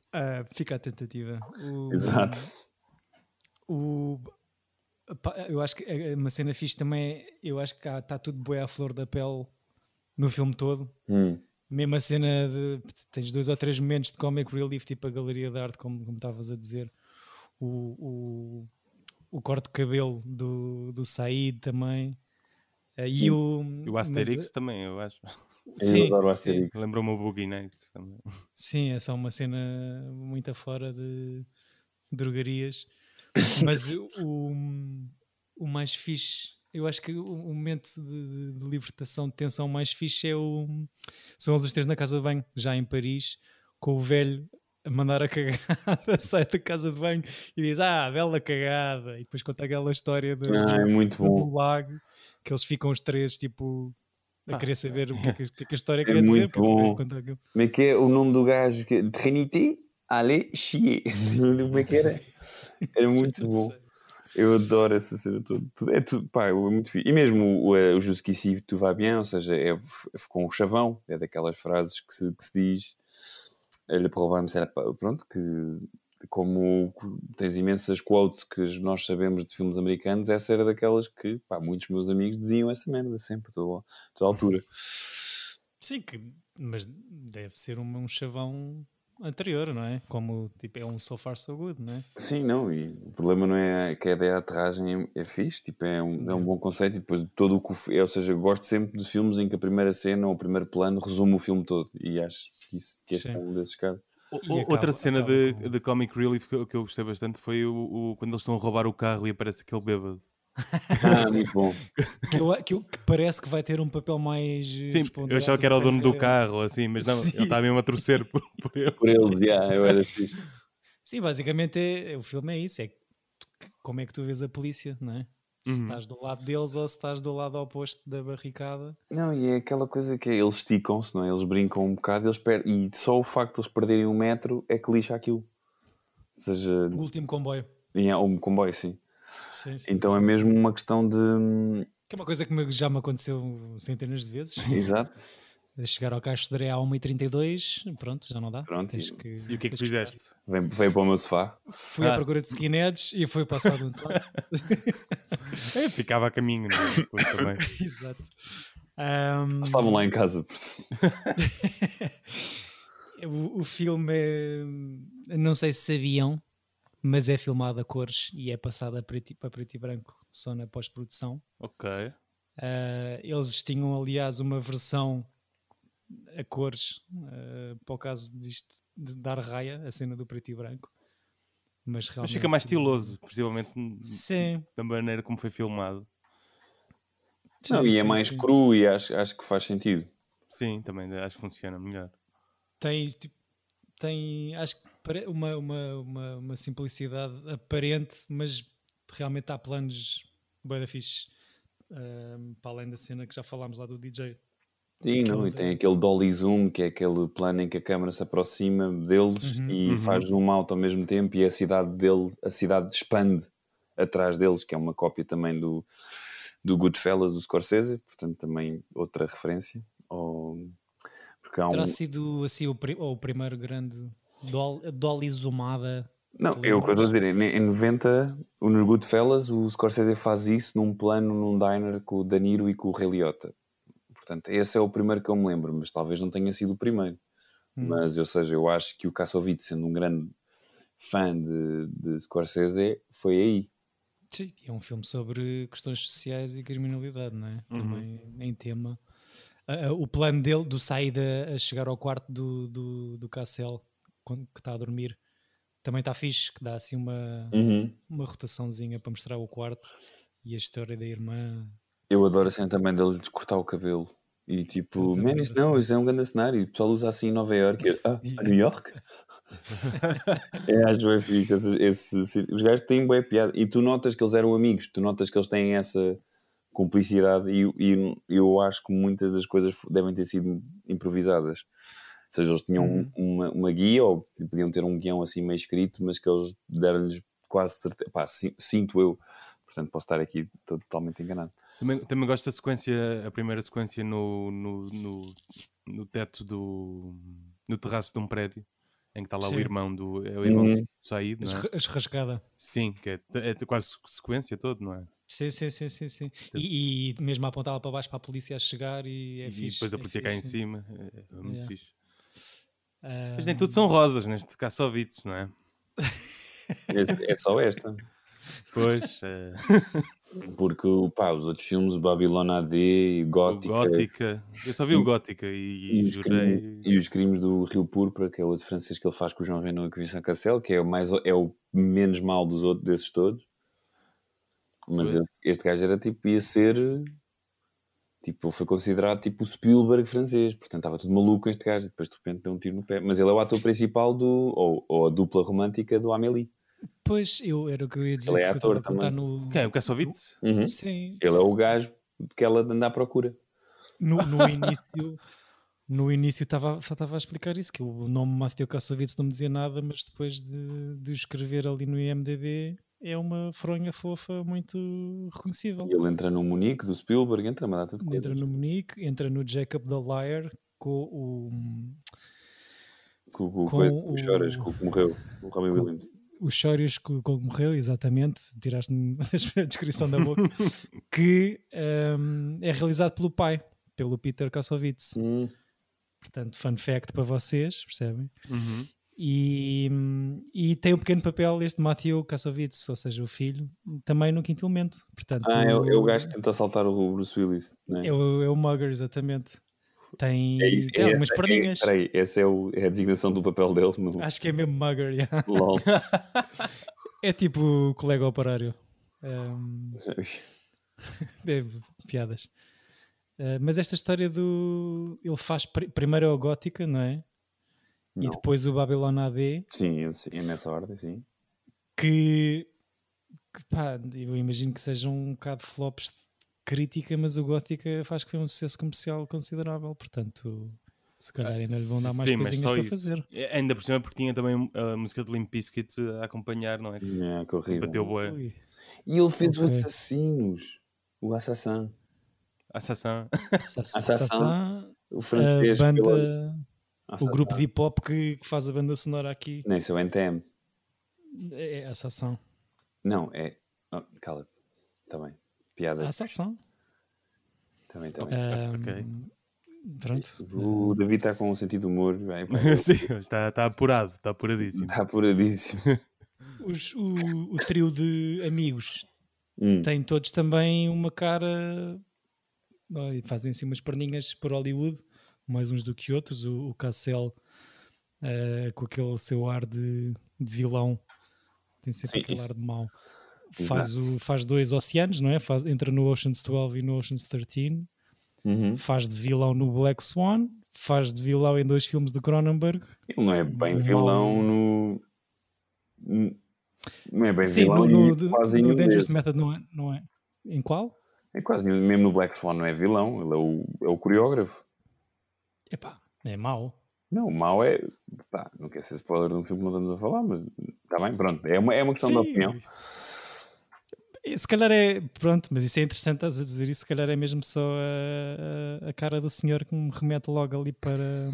A: ah, fica a tentativa. O-
C: Exato.
A: o- pá, eu acho que é uma cena fixe também. é- Eu acho que está tudo boi à flor da pele no filme todo.
C: Hum.
A: Mesmo a cena de. Tens dois ou três momentos de comic relief, tipo a galeria de arte, como como estavas a dizer. O, o, o corte de cabelo do, do Said também. Eh, E o.
B: E o Asterix
A: eh,
B: também, eu acho.
C: Eu adoro o
A: sim,
C: Asterix.
B: Lembrou-me o Boogie Nights também.
A: Sim, é só uma cena muito afora de drogarias. Mas o, o mais fixe, eu acho que o o momento de, de- de libertação, de tensão mais fixe é o. São eles os três na casa de banho, já em Paris, com o velho a mandar a cagada, sai da casa de banho e diz: Ah, bela cagada! E depois conta aquela história do,
C: Ah, é muito bom.
A: do lago, que eles ficam os três tipo. A
B: Ah,
A: querer saber o que é que, o que é que a história
C: é
A: queria dizer,
C: muito
A: porque o velho
C: bom.
A: conta aquilo.
C: Como é que é o nome do gajo? Que... Trinité Ale Chier. Como é que era? Era muito
A: Não
C: bom.
A: sei.
C: Eu adoro essa cena toda. Tudo- É tudo, pá, é muito fixe. E mesmo o, eh, o Jusqu'ici tu vai bien, ou seja, é, f- com o chavão, é daquelas frases que se, que se diz eh, Le problème, c'est la pa- pronto, que como tens imensas quotes que nós sabemos de filmes americanos, essa era daquelas que pá, muitos meus amigos diziam essa merda sempre, a toda, a toda altura.
A: Sim, que, mas deve ser um, um chavão anterior, não é? Como tipo, é um so far so good, não é?
C: Sim, não, e o problema não é que a ideia de aterragem é, é fixe, tipo, é um, é um bom conceito e depois todo o que, o fi- ou seja, eu gosto sempre de filmes em que a primeira cena ou o primeiro plano resume o filme todo e acho que, isso, que este
A: Sim.
C: é um desses casos.
B: O-
A: E
B: o-
A: acaba-
B: Outra cena
A: acaba
B: de,
A: com-
B: de Comic Relief que eu, que eu gostei bastante foi o, o- quando eles estão a roubar o carro e aparece aquele bêbado.
C: Ah, muito bom.
A: Que, eu- que eu- que parece que vai ter um papel mais. eh, tipo, é
B: Sim, eu
A: preponderante
B: achava que era o
A: do
B: dono do
A: a-
B: carro, assim, mas não,
A: Sim.
B: ele estava mesmo a torcer por, por ele.
C: Por ele, já, eu era fixe.
A: Sim, basicamente é- é- o filme é isso: é que tu- como é que tu vês a polícia, não é? Se
B: Uhum.
A: estás do lado deles ou se estás do lado oposto da barricada.
C: Não, e é aquela coisa que é, eles esticam-se, não é? Eles brincam um bocado eles per- e só o facto de eles perderem um metro é que lixa aquilo. Ou seja,
A: O último comboio.
C: em- um comboio, sim.
A: Sim, sim,
C: Então é
A: sim, sim.
C: mesmo uma questão de. hum,
A: Que é uma coisa que me- já me aconteceu centenas de vezes.
C: Exato.
A: Chegar ao Caixo de Dré à 1h32, pronto, já não dá.
C: Pronto,
A: Tens
C: e-
B: E o que é que
A: tens esperar.
B: fizeste?
C: Vem- Veio para o meu sofá.
A: Fui à
B: Ah.
A: procura de skinheads e fui para a sala do António.
B: É, ficava a caminho, não é? Depois também.
A: Exato. Ahm,
C: Eles Estavam lá em casa.
A: o, o filme é. Não sei se sabiam, mas é filmado a cores e é passado a preto, e- para preto e branco só na pós-produção.
B: Ok.
A: Ah, eles tinham, aliás, uma versão a cores ah, para o caso disto de dar raia, a cena do preto e branco. Mas
B: Mas
A: realmente.
B: fica mais estiloso, principalmente
A: Sim.
B: da maneira como foi filmado.
C: Não,
A: sim,
C: e é
A: sim,
C: mais
A: sim.
C: cru e acho, acho que faz sentido.
B: Sim, também acho que funciona melhor.
A: tem tipo, tem acho que pare- uma, uma, uma, uma simplicidade aparente, mas realmente há planos bem fixe ahm, para além da cena que já falámos lá do DJ.
C: Sim, não, e
A: Aquele-
C: tem aquele dolly zoom, que é aquele plano em que a câmera se aproxima deles
A: Uhum,
C: e
B: uhum.
C: faz zoom out ao mesmo tempo e a cidade dele, a cidade expande atrás deles, que é uma cópia também do, do Goodfellas, do Scorsese, portanto também outra referência. Ou, porque há um...
A: Terá sido assim o, pri- ou o primeiro grande dol- dolly zoomada.
C: Não,
A: Tu
C: é o que eu estou a
A: lembras?
C: dizer, em em 90, o- nos Goodfellas, o Scorsese faz isso num plano, num diner com o Danilo e com o Ray Liotta. Portanto, esse é o primeiro que eu me lembro, mas talvez não tenha sido o primeiro.
A: Hum.
C: Mas, ou seja, eu acho que o Kassovitz, sendo um grande fã de, de Scorsese, foi aí.
A: Sim, é um filme sobre questões sociais e criminalidade, não é?
B: Uhum.
A: Também em tema. Ah, ah, o plano dele, do saída a chegar ao quarto do, do, do Cassel, quando, que está a dormir, também está fixe, que dá assim uma, uma rotaçãozinha para mostrar o quarto e a história da irmã.
C: Eu adoro a cena também dele de cortar o cabelo. E tipo,
A: Também adoro
C: man, isso
A: a
C: não,
A: cena."
C: isso é um grande cenário. O pessoal usa assim em Nova York. Eu, Ah,
A: Yeah.
C: New York? é, acho bem fixe. Esse, esse cir- os gajos têm boa piada. E tu notas que eles eram amigos, tu notas que eles têm essa cumplicidade. E, e eu acho que muitas das coisas fo- devem ter sido improvisadas. Ou seja, eles tinham
A: Uhum.
C: uma, uma guia, ou podiam ter um guião assim meio escrito, mas que eles deram-lhes quase certeza. Pá, si- sinto eu Portanto, posso estar aqui totalmente enganado.
B: Também, também gosto da sequência, a primeira sequência no, no, no, no teto do. no terraço de um prédio, em que está lá
A: Sim.
B: o irmão do. É o irmão
C: Uhum.
B: do Said, não é?
A: As rasgada.
B: Sim, que é, é quase sequência toda, não é?
A: Sim, sim, sim, sim, sim. E, e mesmo a apontar lá para baixo para a polícia a chegar e é
B: e
A: fixe,
B: depois a
A: é
B: polícia cá em
A: fixe.
B: cima. É, é muito
A: Yeah.
B: fixe.
A: Ah,
B: Mas nem tudo são rosas, neste caso só Vites, não é?
C: É, é só esta.
B: Pois, é,
C: Porque pá, os outros filmes, Babilônia AD,
B: o
C: Gótica,
B: Gótica. Eu só vi o Gótica
C: e,
B: e, e
C: os crimes,
B: jurei.
C: e os crimes do Rio Púrpura, que é o outro francês que ele faz com o João Reno e com o Vincent Cassel, que é o, mais, é o menos mal dos outros, desses todos. Mas
B: Pois.
C: esse- este gajo era tipo, ia ser. Tipo, foi considerado tipo o Spielberg francês, portanto estava tudo maluco este gajo, e depois de repente deu um tiro no pé. Mas ele é o ator principal do. ou, ou a dupla romântica do Amélie.
A: Pois, eu era o que eu ia dizer.
C: Ele é
A: porque eu
C: ator
A: estava a apontar
C: também.
A: No,
B: Quem? O é Kassovitz?
C: Uhum.
A: Sim,
C: Ele é o gajo que ela anda à procura.
A: no, no início no início estava estava a explicar isso que o nome Mateo Kassovitz não me dizia nada mas depois de, de o escrever ali no IMDB é uma fronha fofa muito reconhecível
C: E ele entra no Munique do Spielberg, entra uma data de coisas.
A: entra no Munique entra no Jacob the Liar com o
C: Com, com,
A: com
C: coisa que
A: o-
C: choras, com o que morreu, o Robin Williams.
A: os Chórios que, que morreu, exatamente, tiraste-me a descrição da boca, que hum, é realizado pelo pai, pelo Peter Kassovitz.
C: Hum.
A: Portanto, fun fact para vocês, percebem?
B: Uhum.
A: E, e tem um pequeno papel este Matthew Kassovitz, ou seja, o filho, também no quinto elemento. Portanto,
C: Ah, é, o- é o gajo que tenta assaltar o Bruce Willis, né?
A: É o, é o Mugger, exatamente. Tem,
C: É isso,
A: tem
C: é
A: algumas
C: essa- é-
A: perninhas.
C: peraí, essa é, o- é a designação do papel dele no
A: Acho que é mesmo Mugger. yeah.
C: LOL.
A: É tipo o colega operário. Ahm, é, piadas. Ah, mas esta história do. Ele faz pri- primeiro é o Gótica, não é? E
C: Não.
A: depois o Babylon AD.
C: sim, esse- é nessa ordem, sim.
A: que, que, pá, eu imagino que sejam um bocado flops de crítica, mas o Gótica faz que foi um sucesso comercial considerável, portanto, se calhar ainda lhe
B: Ah,
A: vão dar mais coisinhas para fazer.
B: É, Ainda por cima, porque tinha também eh, a música de Limp Bizkit a acompanhar, não é?
C: É, que horrível.
B: Bateu boa.
A: Ui.
C: E ele fez o
A: Ok.
C: Assassinos, o Assassin,
B: Assassin.
A: Sassá-
C: Sassá,
A: Sassá,
C: o
A: a
C: francês. pela-
A: banda, o
C: Assassin.
A: grupo de hip hop que, que faz a banda sonora aqui
C: Nem sei, o NTM.
A: é Assassão.
C: Não, é. Oh, Cala-te, está bem. Piada,
A: Assassão.
C: está bem, está bem.
A: Ahm,
B: ok.
A: Pronto.
C: O David está com um sentido de humor, bem, pá,
B: Sim, está, está apurado, está apuradíssimo.
C: está apuradíssimo.
A: Os- o- o trio de amigos
C: Hum.
A: têm todos também uma cara ó, e fazem assim umas perninhas por Hollywood, mais uns do que outros. O, o Cassel eh, com aquele seu ar de, de vilão, tem sempre
C: Sim.
A: aquele ar de mau. Faz, o, faz dois oceanos, não é? Faz, entra no Oceans 12 e no Oceans 13.
C: Uhum.
A: Faz de vilão no Black Swan. Faz de vilão em dois filmes de Cronenberg.
C: Ele não é bem
A: Não.
C: vilão no. Não é bem
A: Sim, no,
C: vilão e
A: no, de-
C: quase um
A: no
C: nenhum
A: Dangerous
C: desses.
A: Method, não é? Não é? Em qual?
C: É quase nenhum- mesmo no Black Swan não é vilão, ele é o, é o coreógrafo.
A: Epá, é mau.
C: Não, o mau é. pá, não quer ser spoiler de um filme que não estamos a falar, mas está bem, pronto. É uma, é uma questão de
A: Sim.
C: opinião.
A: E Se calhar é. Pronto, mas isso é interessante, estás a dizer isso. Se calhar é mesmo só a, a- a cara do senhor que me remete logo ali para.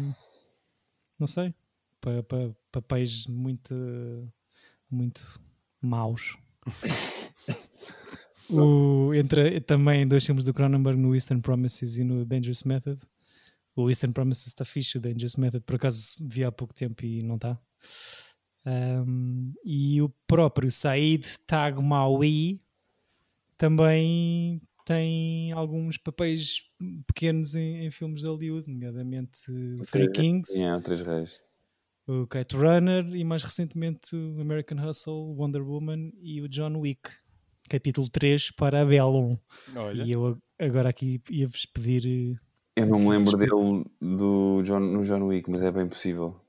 A: Não sei. Para, para papéis muito. Muito maus. o, entra também em dois filmes do Cronenberg, no Eastern Promises e no Dangerous Method. O Eastern Promises está fixe, o Dangerous Method por acaso vi há pouco tempo e não está. Um, e o próprio Said Tag Maui também tem alguns papéis pequenos em, em filmes de Hollywood, nomeadamente o Three Kings,
C: É, Três Reis.
A: o Kate Runner e mais recentemente o American Hustle, Wonder Woman e o John Wick. Capítulo 3 para Bellum.
B: Olha,
A: E eu a- agora aqui ia-vos pedir. eh,
C: Eu não me lembro
A: Respeito.
C: dele do John, no John Wick, mas é bem possível.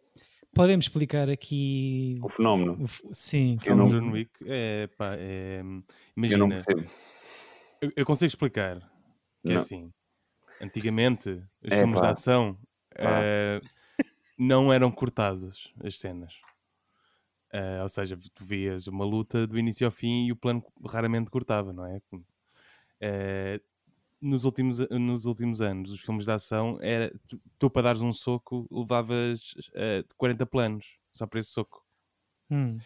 A: Podem-me explicar aqui.
C: O fenómeno.
A: o f- Sim,
C: Eu não-
B: John Wick, é pá, é,
C: Eu não
B: imagina, eu,
C: percebo.
B: eu consigo explicar que é
C: Não.
B: assim, antigamente os
C: É,
B: filmes
C: pá.
B: de ação
C: Pá.
B: eh, não eram cortados as cenas. Ah, ou seja, tu vias uma luta do início ao fim e o plano raramente cortava, não é? Eh, nos, últimos, nos últimos anos, os filmes de ação, era, tu, tu para dares um soco levavas eh, 40 planos só para esse soco.
A: Hum.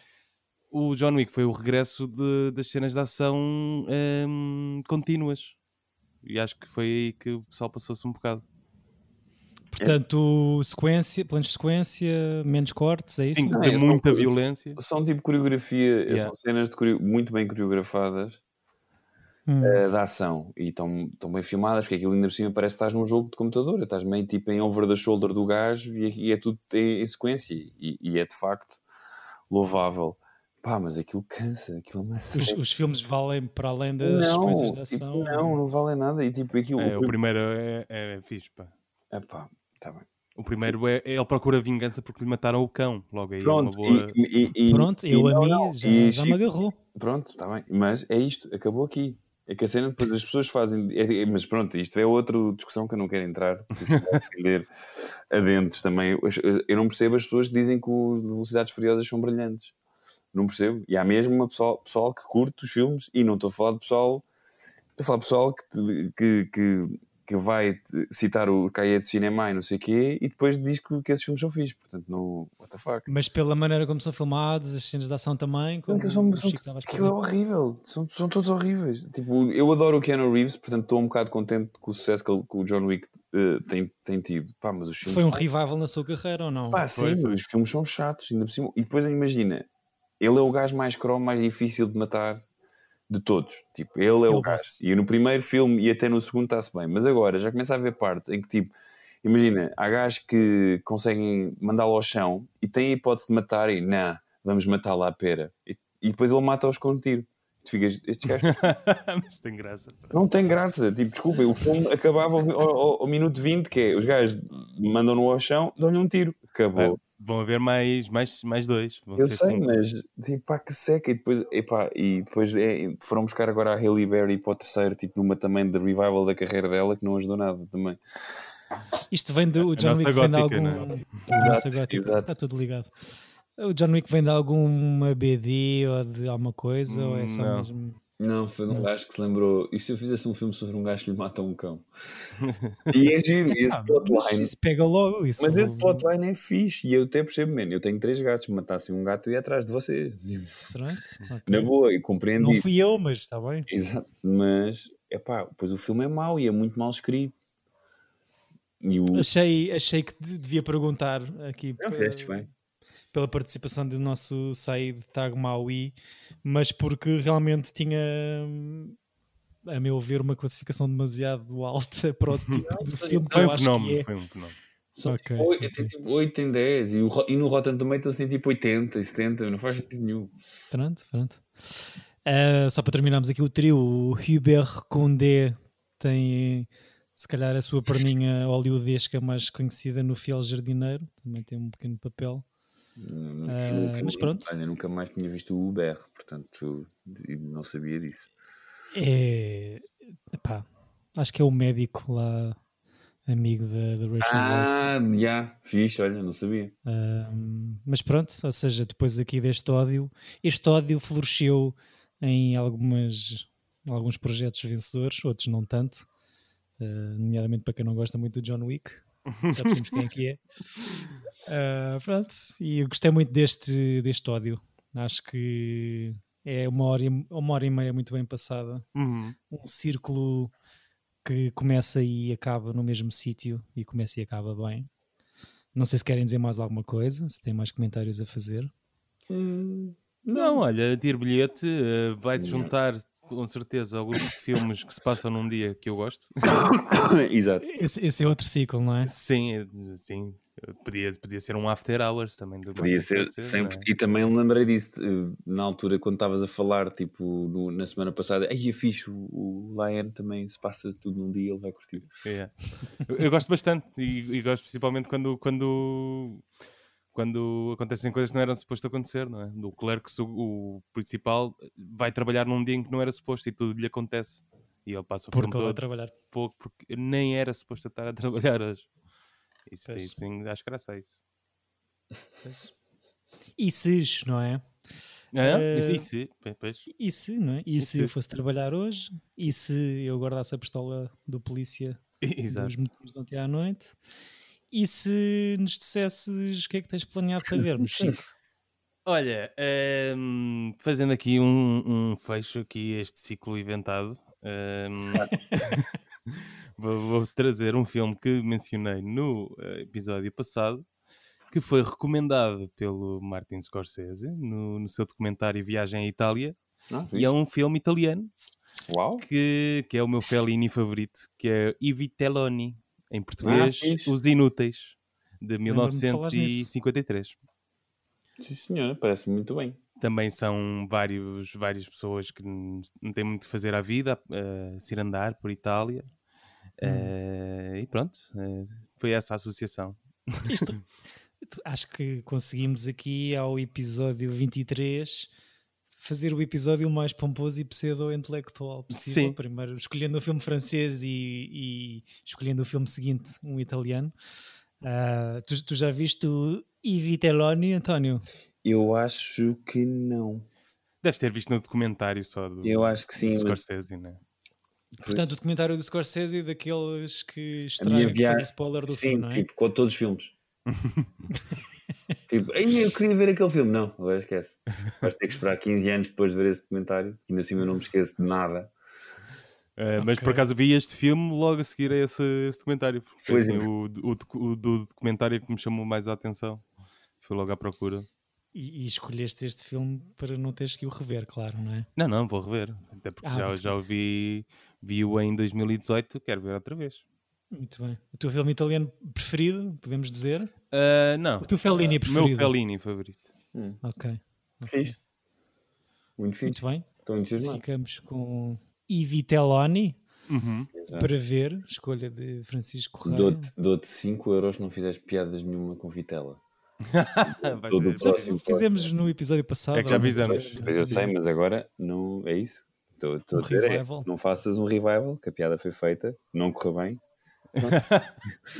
B: O John Wick foi o regresso de- das cenas de ação ehm, contínuas. E acho que foi aí que o pessoal passou-se um bocado.
A: Portanto, sequência, planos de sequência, menos cortes, é isso?
B: Sim,
C: não é?
B: de
C: São
B: muita
C: coisas-
B: violência.
C: São tipo coreografia,
B: Yeah.
C: são cenas de coreo- muito bem coreografadas
A: Hum.
C: eh, da ação e estão tão bem filmadas, porque aquilo ainda por cima parece que estás num jogo de computador, estás meio tipo em over the shoulder do gajo e, e é tudo em, em sequência e, e é de facto louvável. Pá, mas aquilo cansa, aquilo é amassa.
A: Os, os filmes valem para além das sequências de ação. né?
C: tipo, não, não vale nada. E tipo, aquilo.
B: É, o primeiro é, é fixe, pá.
C: Epá, tá bem.
B: O primeiro é, é ele procura vingança porque lhe mataram o cão. Logo aí
C: Pronto,
B: é uma boa.
C: e, e- e-
A: Pronto, eu
C: e
A: a
C: não,
A: mim
C: não,
A: já,
C: e
A: já
C: Chico-
A: me agarrou.
C: Pronto, está bem. Mas é isto, acabou aqui. É que a cena depois as pessoas fazem. é- é- mas pronto, isto é outra discussão que eu não quero entrar, porque isto vai defender a dentes também. As- Eu não percebo as pessoas que dizem que os de Velocidades Furiosas são brilhantes. Não percebo. E há mesmo uma pessoal, pessoal que curte os filmes, e não estou a falar de pessoal. Estou a falar de pessoal que, te- que, que, que vai te- citar o Caia de Cinema e não sei o quê, e depois diz que, que esses filmes são fixos. Portanto, não. What the fuck?
A: Mas pela maneira como são filmados, as cenas de ação também, como
C: que são-
A: o
C: são-
A: Chico estava a
C: Aquilo é
A: explicar.
C: horrível, são, são todos horríveis. Tipo, eu adoro o Keanu Reeves, portanto estou um bocado contente com o sucesso que, ele- que o John Wick eh, tem, tem tido. Pá, mas os filmes.
A: Foi um revival na sua carreira ou não?
C: Pá,
B: Foi,
C: sim,
B: foi.
C: os filmes são chatos, ainda por cima. E depois imagina, ele é o gajo mais cromo, mais difícil de matar de todos. Tipo, ele
A: Ele
C: é o gajo.
A: boss.
C: E no primeiro filme e até no segundo está-se bem. Mas agora já começa a haver partes em que, tipo, imagina, há gajos que conseguem mandá-lo ao chão e têm a hipótese de matar e, não, vamos matá-lo à pera. E, e depois ele mata-os com um tiro. Tu ficas, estes gajos
B: Mas tem graça. pá.
C: não tem graça. Tipo, desculpem, o filme acabava ao, ao- ao minuto 20, que é os gajos mandam-no ao chão, dão-lhe um tiro. Acabou.
B: Vai- Vão haver mais, mais, mais dois. Vão
C: Eu
B: ser
C: sei,
B: cinco.
C: mas tipo, pá, que seca. E depois, epá, e depois é, foram buscar agora a Haley Berry para o terceiro, tipo, numa também de revival da carreira dela, que não ajudou nada também.
A: Isto vem do o John
B: É nossa
A: Wick vem de
B: gótica,
A: algum.
B: não é?
A: a nossa
C: Exato,
A: gótica,
C: exato.
A: Está tudo ligado. O John Wick vem de alguma BD ou de alguma coisa? ou é só
B: Não.
A: mesmo.
C: Não, foi de um gajo que se lembrou. E se eu fizesse um filme sobre um gajo que lhe mata um cão? e é giro, e esse
A: Ah, mas
C: plotline.
A: isso pega logo. Isso
C: Mas esse plotline é fixe. E eu até percebo, mano. Eu tenho três gatos. Me matassem um gato e ia atrás de vocês.
A: Pronto, ok.
C: Na boa, e compreendi.
A: Não fui eu, mas está bem.
C: Exato, mas epá, pois o filme é mau e é muito mal escrito. E o.
A: Achei, achei que de- devia perguntar aqui
C: Não,
A: pe-
C: fizeste bem.
A: pela participação do nosso Said Tag Maui, mas porque realmente tinha, a meu ver, uma classificação demasiado alta para o tipo de filme que
B: Foi
A: eu
B: um
A: acho
B: fenómeno.
A: que é.
B: Foi um fenómeno.
C: São
A: Ok,
C: tipo, oito-
A: ok.
C: tem tipo 8 em 10 e, o ro- e no Rotten Tomatoes tem tipo 80 e 70, não faz sentido nenhum.
A: Pronto, pronto. Ah, só para terminarmos aqui o trio, o Hubert Condé tem se calhar a sua perninha hollywoodesca mais conhecida no Fiel Jardineiro, também tem um pequeno papel.
C: Nunca-
B: Eh,
A: Ah, mas pronto.
C: Olha, nunca mais tinha visto o Uber, portanto e não sabia disso.
A: É. Epá, acho que é o médico lá, amigo da, da Rachel Weisz.
C: Ah, já, fixe, olha, não sabia.
A: Ahm, mas pronto, ou seja, depois aqui deste ódio, este ódio floresceu em algumas, alguns projetos vencedores, outros não tanto, Ah, nomeadamente para quem não gosta muito do John Wick, já percebemos quem é que é. Ah, pronto, e eu gostei muito deste, deste ódio, acho que é uma hora, e- uma hora e meia muito bem passada
B: Uhum.
A: um círculo que começa e acaba no mesmo sítio e começa e acaba bem. Não sei se querem dizer mais alguma coisa, se têm mais comentários a fazer.
B: Não, olha, tiro bilhete. eh, Vai-se
C: Não.
B: juntar com certeza alguns filmes que se passam num dia que eu gosto.
C: Exato.
A: Esse, esse é outro ciclo, não é?
B: Sim, eh, sim. Podia, podia ser um after hours também. do-
C: Podia ser
B: pode
C: sempre.
B: não é?
C: E também me lembrei disso eh, na altura quando estavas a falar, tipo, no- na semana passada. Aí é fixe, o, o Lion também se passa tudo num dia, ele vai curtir.
B: É. Eu, eu gosto bastante e, e gosto principalmente quando, quando, quando acontecem coisas que não eram suposto acontecer, não é? Do clerco, o, o principal, eh, vai trabalhar num dia em que não era suposto e tudo lhe acontece. E ele passa é o
A: Porque ele
B: filme
A: vai
B: todo
A: trabalhar.
B: pouco porque nem era suposto estar a trabalhar hoje. Isso,
A: Pois.
B: isso tem- acho que era só isso.
A: E se, não é?
B: Ah,
A: Eh,
B: isso, isso, pois, pois.
A: E se, não é? E,
B: E
A: se,
B: se?
A: eu fosse trabalhar hoje? E se eu guardasse a pistola do polícia
B: Exato.
A: dos motivos de ontem à noite? E se nos dissesses o que é que tens planeado para vermos? Chico?
B: Olha, ehm, fazendo aqui um, um fecho aqui a este ciclo inventado, ehm, vou, vou trazer um filme que mencionei no eh, episódio passado, que foi recomendado pelo Martin Scorsese no, no seu documentário Viagem à Itália,
C: Ah,
B: e é um filme italiano
C: Uau!
B: que, que é o meu Fellini favorito, que é I Vitelloni, em português,
C: fixe.
B: Os Inúteis, de
A: Lembro-me de falar nisso.
B: 1953.
C: Sim, senhora, parece muito bem.
B: também são vários, várias pessoas que n- não têm muito a fazer à vida, a se ir andar por Itália.
C: Hum.
B: Eh, e pronto, eh, foi essa a associação.
A: Isto, acho que conseguimos aqui ao episódio 23 fazer o episódio mais pomposo e pseudo-intelectual possível.
B: Sim.
A: Primeiro escolhendo o filme francês e, e escolhendo o filme seguinte, um italiano. Ah, tu, tu já viste o I Vitelloni, António?
C: Eu acho que não.
B: Deves ter visto no documentário só do,
C: Eu acho que sim,
B: do
C: mas
B: Scorsese, né?
A: Portanto, o documentário do Scorsese é daqueles que
C: minha
A: estragam que faz o
C: viagem-
A: spoiler do filme,
C: sim,
A: não é?
C: tipo, com todos os filmes. tipo, "Ei, eu queria ver aquele filme. Não, agora esquece. Vais ter que esperar 15 anos depois de ver esse documentário. Ainda assim eu não me esqueço de nada.
B: Eh, Mas por
A: Ok.
B: acaso vi este filme logo a seguir a esse, esse documentário. porque Foi
C: Pois é.
B: assim, o, o docu- o do documentário é que me chamou mais a atenção. Fui logo à procura.
A: E, e escolheste este filme para não teres que o rever, claro, não é?
B: Não, não, vou rever. Até porque
A: Ah,
B: já,
A: muito
B: já o vi, vi-o em 2018, quero ver outra vez.
A: Muito bem. O teu filme italiano preferido, podemos dizer?
B: Eh, não,
A: O teu Fellini preferido?
B: meu Fellini favorito.
A: Ok. ok.
C: Fixe. Muito fixe.
A: Muito bem.
C: Estou entusiasmado.
A: Ficamos com I Vitelloni
B: Uhum.
A: para ver, escolha de Francisco Correia.
C: Dou-te dou 5 euros se não fizeres piadas nenhuma com vitela.
B: Vai
C: Todo
B: ser-
C: o
A: Já
C: próximo
A: fizemos no episódio passado.
B: É que já
A: ou não?
B: fizemos.
C: Pois, pois eu sei, mas agora não é isso. Estou estou
A: Um
C: a dizer, é,
A: revival.
C: não faças um revival, que a piada foi feita, não correu bem.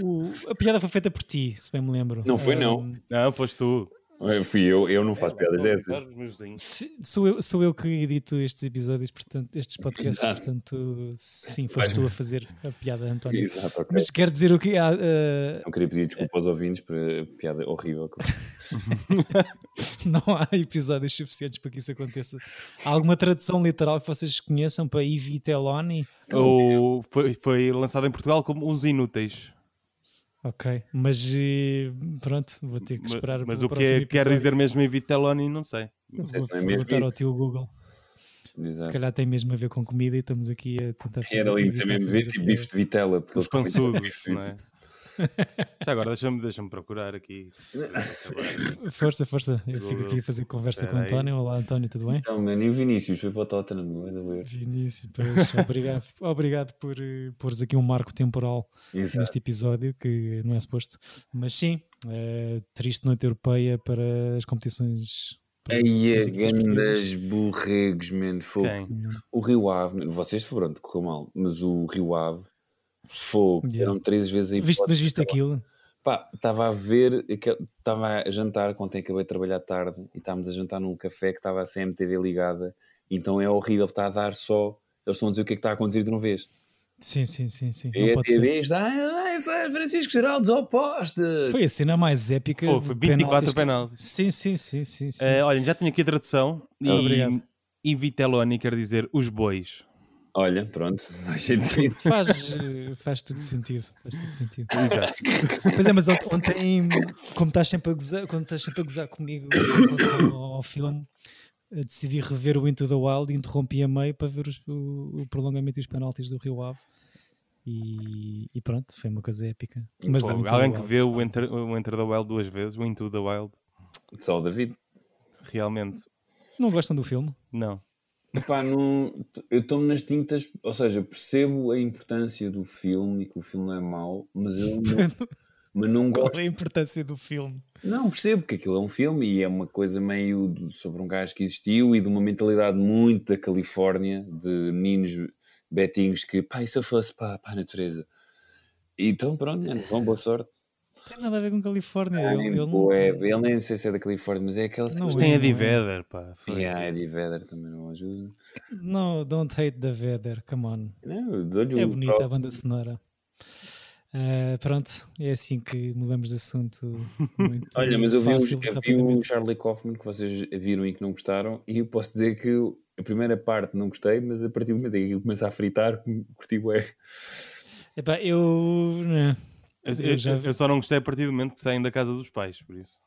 A: O- a piada foi feita por ti, se bem me lembro.
C: Não foi,
A: Ah,
C: não.
B: Não, foste tu.
C: Eu fui eu, eu
B: É,
C: não faço É, piadas dessas.
B: dessas.
A: F- Sou eu, sou eu que edito estes episódios, portanto, estes podcasts,
C: Exato.
A: portanto, sim, foste tu a fazer a piada, António.
C: Exato, ok.
A: Mas é quero dizer o que ah, ah,
C: Não queria pedir desculpa aos ouvintes por a piada horrível. que eu fiz.
A: não há episódios suficientes para que isso aconteça. Há alguma tradução literal que vocês conheçam para Ivy Teloni?
B: Ou foi, foi lançado em Portugal como Os Inúteis.
A: Ok, mas eh, pronto, vou ter que
B: Ma-
A: esperar
B: Mas
A: pelo
B: o que
A: próximo
B: é, quer
A: episódio.
B: dizer mesmo em Vitelloni, não sei.
C: sei
A: Vou
C: se não é mesmo
A: perguntar ao
C: isso.
A: tio Google. Se
C: Exato.
A: calhar tem mesmo a ver com comida e estamos aqui a tentar fazer.
C: É. Era lindo ser
A: tentar
C: mesmo
A: fazer é.
C: ver tipo
A: aqui-
C: bife de vitela, porque
B: Os
C: eles comem sempre
B: pançudos,
C: bife
B: não
C: de
B: é? Já agora, deixa-me deixa procurar aqui.
A: Força, força. Eu fico
B: Google.
A: aqui a fazer conversa com o
B: Espera aí.
A: António. Olá, António, tudo bem?
C: Então, mano, e o Vinícius foi para o Tottenham, não é? Não é?
A: Vinícius, pois, obrigado, obrigado por eh, pôres aqui um marco temporal
C: Exato.
A: neste episódio que não é suposto. Mas sim, eh, triste noite europeia para as competições. para
C: Aí é
A: as equipas portuguesas.
C: grandes borregos, man. Fogo.
B: Quem?
C: O Rio Ave, vocês foram, correu mal, mas o Rio Ave, fogo,
A: Yeah.
C: eram três vezes aí.
A: Viste, mas viste aquilo?
C: Pá, estava a ver, estava a jantar, ontem acabei de trabalhar tarde e estávamos a jantar num café que estava a CMTV ligada, então é horrível, está a dar só, eles estão a dizer o que é que está a acontecer de uma vez.
A: Sim, sim, sim, sim. Não
C: E a
A: pode ser.
C: TV está, ai, ai, Francisco Geraldo ao poste!
A: Foi a cena mais épica.
B: Foi,
A: de
B: foi
A: penaltis.
B: 24 penaltis.
A: Sim, sim, sim, sim. sim.
B: Eh, olha, já tenho aqui a tradução. E,
A: Ah, obrigado.
B: e Vitelloni quer dizer os bois.
C: Olha, pronto, faz sentido.
A: Faz, eh, faz tudo sentido. Faz tudo sentido.
B: Exato.
A: Pois é, mas ont- ontem, como estás sempre a gozar, quando estás sempre a gozar comigo em relação ao, ao filme, eh, decidi rever o Into the Wild e interrompi a meio para ver os- o, o prolongamento e os penaltis do Rio Ave. E, e pronto, foi uma coisa épica. Mas é o
B: Fogo.
A: Into the
B: Alguém que
A: Wild-
B: vê o Enter, o Enter the Wild duas vezes, o Into the Wild,
C: Só o David.
B: realmente,
A: Não gostam do filme?
B: não.
C: Pá, não, eu estou-me nas tintas, ou seja, percebo a importância do filme e que o filme não é mau, mas eu não, mas não
A: Qual
C: gosto.
A: é a importância do filme?
C: Não, percebo que aquilo é um filme e é uma coisa meio de- sobre um gajo que existiu e de uma mentalidade muito da Califórnia, de meninos betinhos que, pá, e se eu fosse para, para a natureza? Então, pronto, é, bom, boa sorte.
A: Tem nada a ver com Califórnia.
C: Ah,
A: ele,
C: nem
A: ele não-
C: bué, ele nem sei se é da Califórnia, mas é aquele.
A: Não,
B: Mas
A: é,
B: tem a
A: não é.
B: Eddie Vedder, pá. Foi-
C: Yeah, Eddie Vedder também não ajuda.
A: No, don't hate the Vedder, come on.
C: Não, Né? eu dou-lhe um
A: É
C: o
A: bonita a
C: prop.
A: banda sonora. Ah, pronto, é assim que mudamos de assunto. Muito
C: Olha, mas eu vi,
A: É fácil,
C: o, eu vi
A: rapidamente.
C: o Charlie Kaufman que vocês viram e que não gostaram, e eu posso dizer que a primeira parte não gostei, mas a partir do momento em que aquilo começa a fritar, curti bué.
A: Epá, eu. né,
B: Eu,
A: Eu
B: eu-
A: já vi.
B: eu só não gostei a partir do momento que saem da casa dos pais, por isso.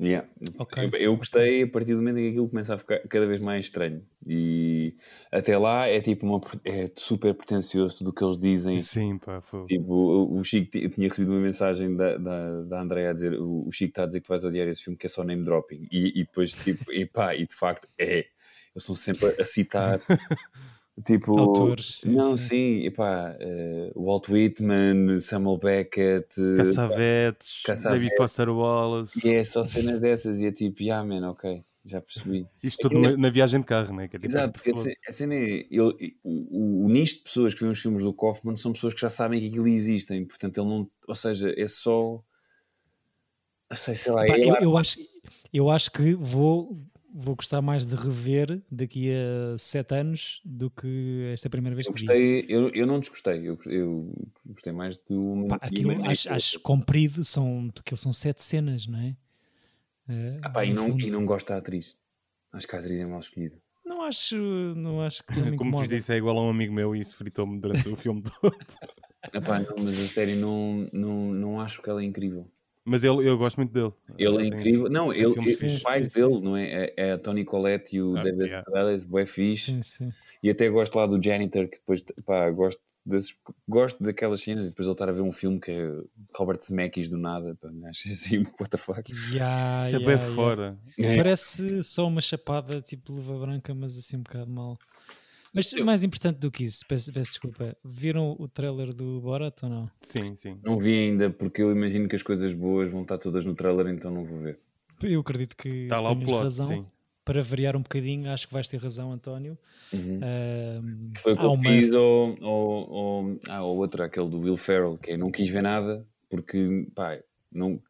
C: Yeah.
A: Ok.
C: Eu, eu gostei a partir do momento em que aquilo começa a ficar cada vez mais estranho. E até lá é tipo uma, é super pretencioso tudo o que eles dizem.
B: Sim, pá. Foi...
C: Tipo, o- o Chico, ti- eu tinha recebido uma mensagem da, da, da Andrea a dizer o, o Chico está a dizer que vais odiar esse filme que é só name dropping. E, e depois, tipo, e pá, e de facto é. Eles estão sempre a citar, tipo...
A: Autores, sim,
C: não,
A: sim.
C: sim, e pá, eh, Walt Whitman, Samuel Beckett... eh,
B: Cassavetes,
C: Cassavetes.
B: David Foster Wallace.
C: E é só cenas dessas e é tipo, ah, man, ok, já percebi.
B: Isto tudo na, na viagem de carro, né? Que é tipo,
C: Exato, porque a ce-
B: foda-se.
C: a cena é. ele- o, o- o nicho de pessoas que vêem os filmes do Kaufman são pessoas que já sabem que aquilo existem, portanto, ele não. Ou seja, é só. Não sei, sei lá.
A: Epá,
C: é
A: eu,
C: lá-
A: eu acho, eu acho que vou, vou gostar mais de rever daqui a sete anos do que esta primeira vez
C: eu
A: que vi.
C: gostei, eu, eu não desgostei, eu, eu gostei mais um do.
A: Pá, aquilo
C: Maniac.
A: acho, acho comprido, são, aquilo são sete cenas, não é? Eh,
C: Ah, pá, e,
A: no
C: não,
A: fundo.
C: e não gosto da atriz. Acho que a atriz é mal escolhida.
A: Não acho, não acho que não me
B: Como vos
A: incomoda.
B: disse, é igual a um amigo meu e isso fritou-me durante o filme todo.
C: Ah, pá, não, mas a sério, não, não, não acho que ela é incrível.
B: Mas ele, eu gosto muito dele.
C: Ele é
B: Tem-
C: incrível. Não,
B: tem
C: ele, é,
B: filmes
C: os
A: sim,
B: fixes.
C: pais
A: sim.
C: dele, não é? É, é a Tony Collette e o
B: Ah,
C: David
B: yeah.
C: Thales, bué fixe.
A: Sim, sim.
C: E até gosto lá do Janitor, que depois, pá, gosto, desses, gosto daquelas cenas. E depois ele estar a ver um filme que é Robert Zemeckis do nada, pá, acho assim, what the fuck.
A: Ya,
B: Isso é
A: ya,
B: bem
A: ya.
B: fora.
C: É.
A: Parece só uma chapada tipo luva branca, mas assim um bocado mal. Mas
C: Eu-
A: mais importante do que isso, peço, peço desculpa, viram o trailer do Borat ou não?
B: Sim, sim.
C: Não vi ainda, porque eu imagino que as coisas boas vão estar todas no trailer, então não vou ver.
A: Eu acredito que
B: Está
C: Tá
B: Tá lá o
A: tenhas
B: plot,
A: razão.
B: sim.
A: Para variar um bocadinho, acho que vais ter razão, António.
C: Uhum.
A: Ahm,
C: Que foi o que
A: há
C: eu
A: uma-
C: fiz ao, ao, ao, ah, ao outro, aquele do Will Ferrell, que é não quis ver nada, porque, pá, não,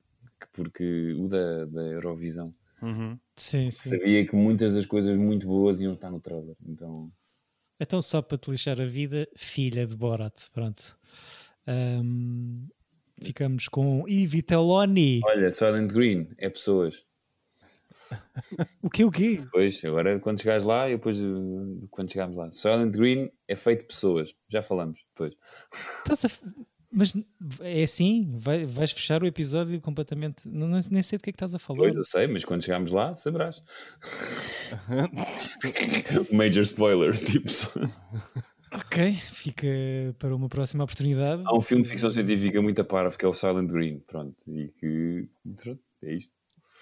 C: porque o da, da Eurovisão.
B: Uhum.
A: Sim, sim.
C: Sabia que muitas das coisas muito boas iam estar no trailer, então...
A: Então, só para te lixar a vida, filha de Borat. Pronto. Ahm, ficamos com Iviteloni.
C: Olha, Silent Green é pessoas.
A: O que é o quê?
C: Pois, agora quando chegares lá, e depois uh, quando chegarmos lá. Silent Green é feito de pessoas, já falamos depois.
A: Estás a f- Mas n- é assim? Vai- vais fechar o episódio completamente. Não, não- nem sei do que é que estás a falar.
C: Pois eu sei, mas quando chegarmos lá, saberás. Major spoiler, tipo. só-
A: Ok, fica para uma próxima oportunidade.
C: Há um filme de ficção científica muito a parvo que é o Silent Green, pronto, e que. Pronto, é isto.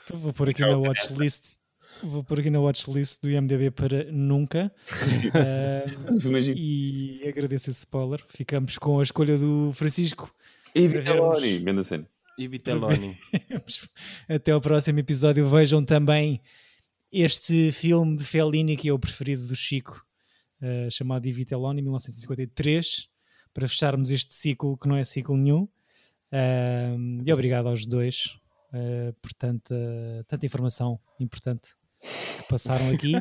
A: Então vou pôr aqui
C: Tchau,
A: na watchlist. Vou pôr aqui na watchlist do IMDB para nunca. Ah,
C: Mas Imagina.
A: e agradeço esse spoiler. Ficamos com a escolha do Francisco.
C: E
A: vermos-
C: Vitaloni, grande cena.
B: E Vitelloni.
A: Até ao próximo episódio. Vejam também este filme de Fellini, que é o preferido do Chico, eh, chamado Iviteloni, 1953, para fecharmos este ciclo que não é ciclo nenhum. Ahm, e obrigado aos dois eh, por tanta, tanta informação importante que passaram aqui.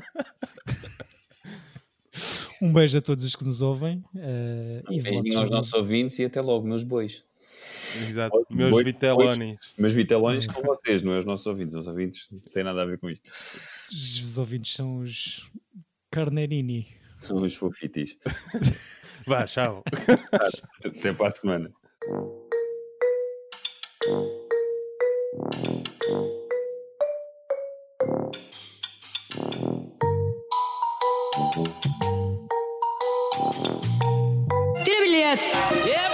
A: um beijo a todos os que nos ouvem. eh, e votos
C: Um Beijinho aos
A: de-
C: nossos ouvintes e até logo, meus bois.
B: Exato.
C: Oi,
B: Meus
C: oi,
B: Vitellonis.
C: Meus Vitalonis são vocês, não é os nossos ouvintes. Os ouvintes não têm nada a ver com isto.
A: os ouvintes são os Carnerini.
C: São os fofitis.
B: Vá, tchau.
C: Até para a semana.
D: Tira bilhete! Yeah,